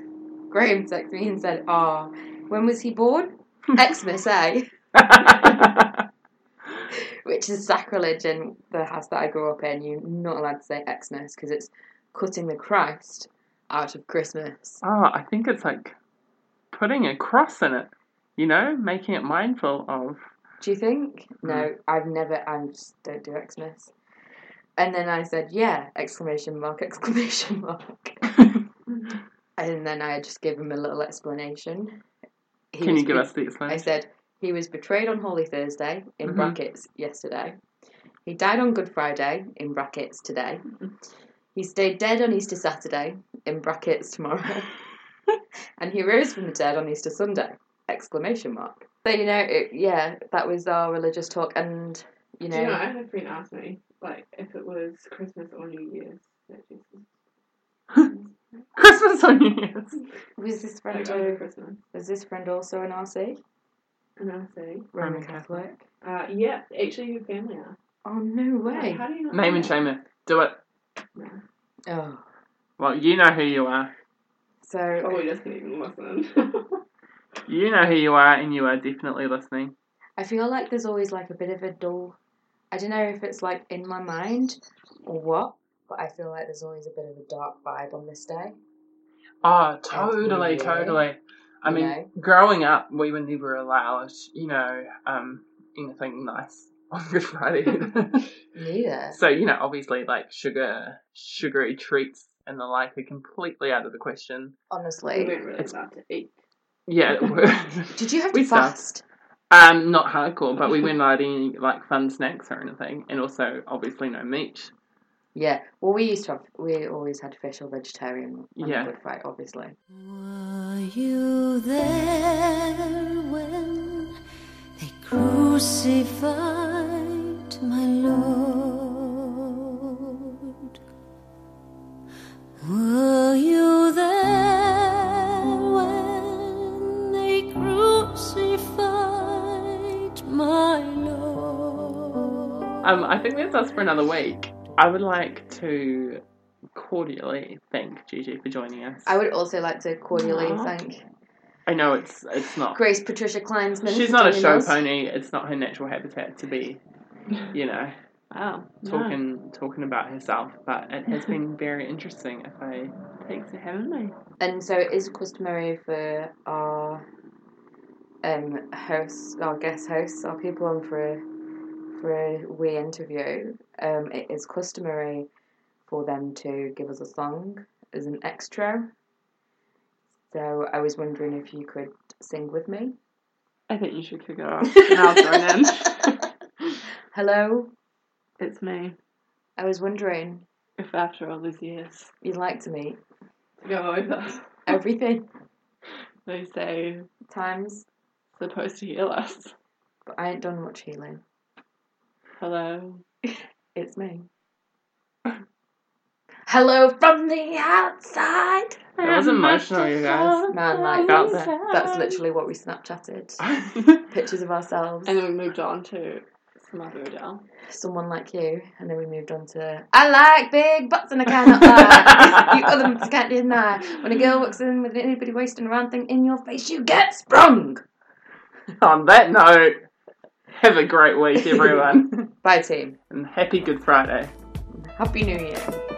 S3: Graham texted me and said, Ah, when was he born? Xmas, eh? Which is sacrilege in the house that I grew up in. You're not allowed to say Xmas because it's cutting the Christ out of Christmas.
S2: Oh, I think it's like putting a cross in it, you know, making it mindful of.
S3: Do you think?
S2: Mm.
S3: No, I've never. I just don't do Xmas. And then I said, "Yeah!" Exclamation mark! Exclamation mark! and then I just gave him a little explanation. He
S2: Can
S3: was
S2: you give
S3: be-
S2: us the
S3: I
S2: explanation?
S3: said he was betrayed on Holy Thursday in
S4: Mm-hmm.
S2: Mhm.
S3: brackets yesterday. He died on Good Friday in brackets today. He stayed dead on Easter Saturday in brackets tomorrow. and he rose from the dead on Easter Sunday. Exclamation mark. So you know, it, yeah, that was our religious talk and you
S4: Do
S3: know,
S4: you know, I had a friend ask me, like, if it was Christmas or New Year's that Jesus.
S2: Christmas on New Year's.
S3: was this friend
S4: like, over
S3: al-
S4: Christmas.
S3: was this friend also an RC?
S4: And I say,
S3: Roman
S2: Roman Catholic.
S3: Catholic.
S4: uh, yeah, actually, your family are.
S3: Oh no way.
S4: How do you not
S2: Name and
S4: know
S2: shame it. Do it.
S3: Oh.
S2: Well, you know who you are.
S4: that? Oh,
S3: So
S4: we just didn't even listen.
S2: You know who you are, and you are definitely listening.
S3: I feel like there's always like a bit of a dull. I don't know if it's like in my mind or what, but I feel like there's always a bit of a dark vibe on this day.
S2: Oh, totally,
S3: Absolutely.
S2: totally. I
S3: You
S2: mean,
S3: know?
S2: growing up, we were never allowed, you know, um, anything nice on Good Friday.
S3: Neither.
S2: so, you know, obviously, like sugar, sugary treats and the like are completely out of the question.
S4: we
S3: Honestly,
S4: weren't really
S2: It's-
S4: allowed to eat.
S2: Yeah, it were-
S3: did you have
S2: We
S3: to
S2: starved.
S3: fast?
S2: um, not hardcore, but we weren't allowed any like fun snacks or anything, and also obviously no meat.
S3: Yeah. Well, we used to have. We always had fish or vegetarian. On
S2: Yeah.
S3: Good Friday, obviously.
S6: Were you there when they crucified my Lord? Were you there when they crucified my Lord?
S2: Um, I think that's us for another week. I would like to cordially thank Gigi for joining us.
S3: I would also like to cordially
S4: Aw.
S3: thank
S2: I know it's it's not
S3: Grace Patricia Kleinsman.
S2: She's
S3: for
S2: not a
S3: joining
S2: show
S3: us.
S2: pony. It's not her natural habitat to be, you know,
S4: Wow.
S2: talking talking about herself. But it has been very interesting. If I thanks for having me.
S3: And so it is customary for our um, hosts, our guest hosts, our people on for a, for a wee interview. Um, it is customary for them to give us a song as an extra. So I was wondering if you could sing with me.
S2: I think you should kick it off. And I'll join in.
S3: Hello,
S4: It's me.
S3: I was wondering
S4: If after all these years,
S3: you'd like to meet
S4: go over,
S3: everything
S4: they say,
S3: times,
S4: supposed to heal us.
S3: but I ain't done much healing.
S4: Hello.
S3: It's me. Hello from the outside.
S2: That was emotional, you guys.
S3: Man, like
S2: Felt
S3: that's,
S4: that.
S3: that's literally what we Snapchatted. Pictures of ourselves.
S4: And then we moved on to some other Adele.
S3: Someone like you. And then we moved on to I like big butts and I cannot lie. you other ones can't deny. When a girl walks in with anybody wasting around thing in your face, you get sprung.
S2: On that note, have a great week, everyone,
S3: Bye team.
S2: and happy Good Friday.
S3: Happy New Year.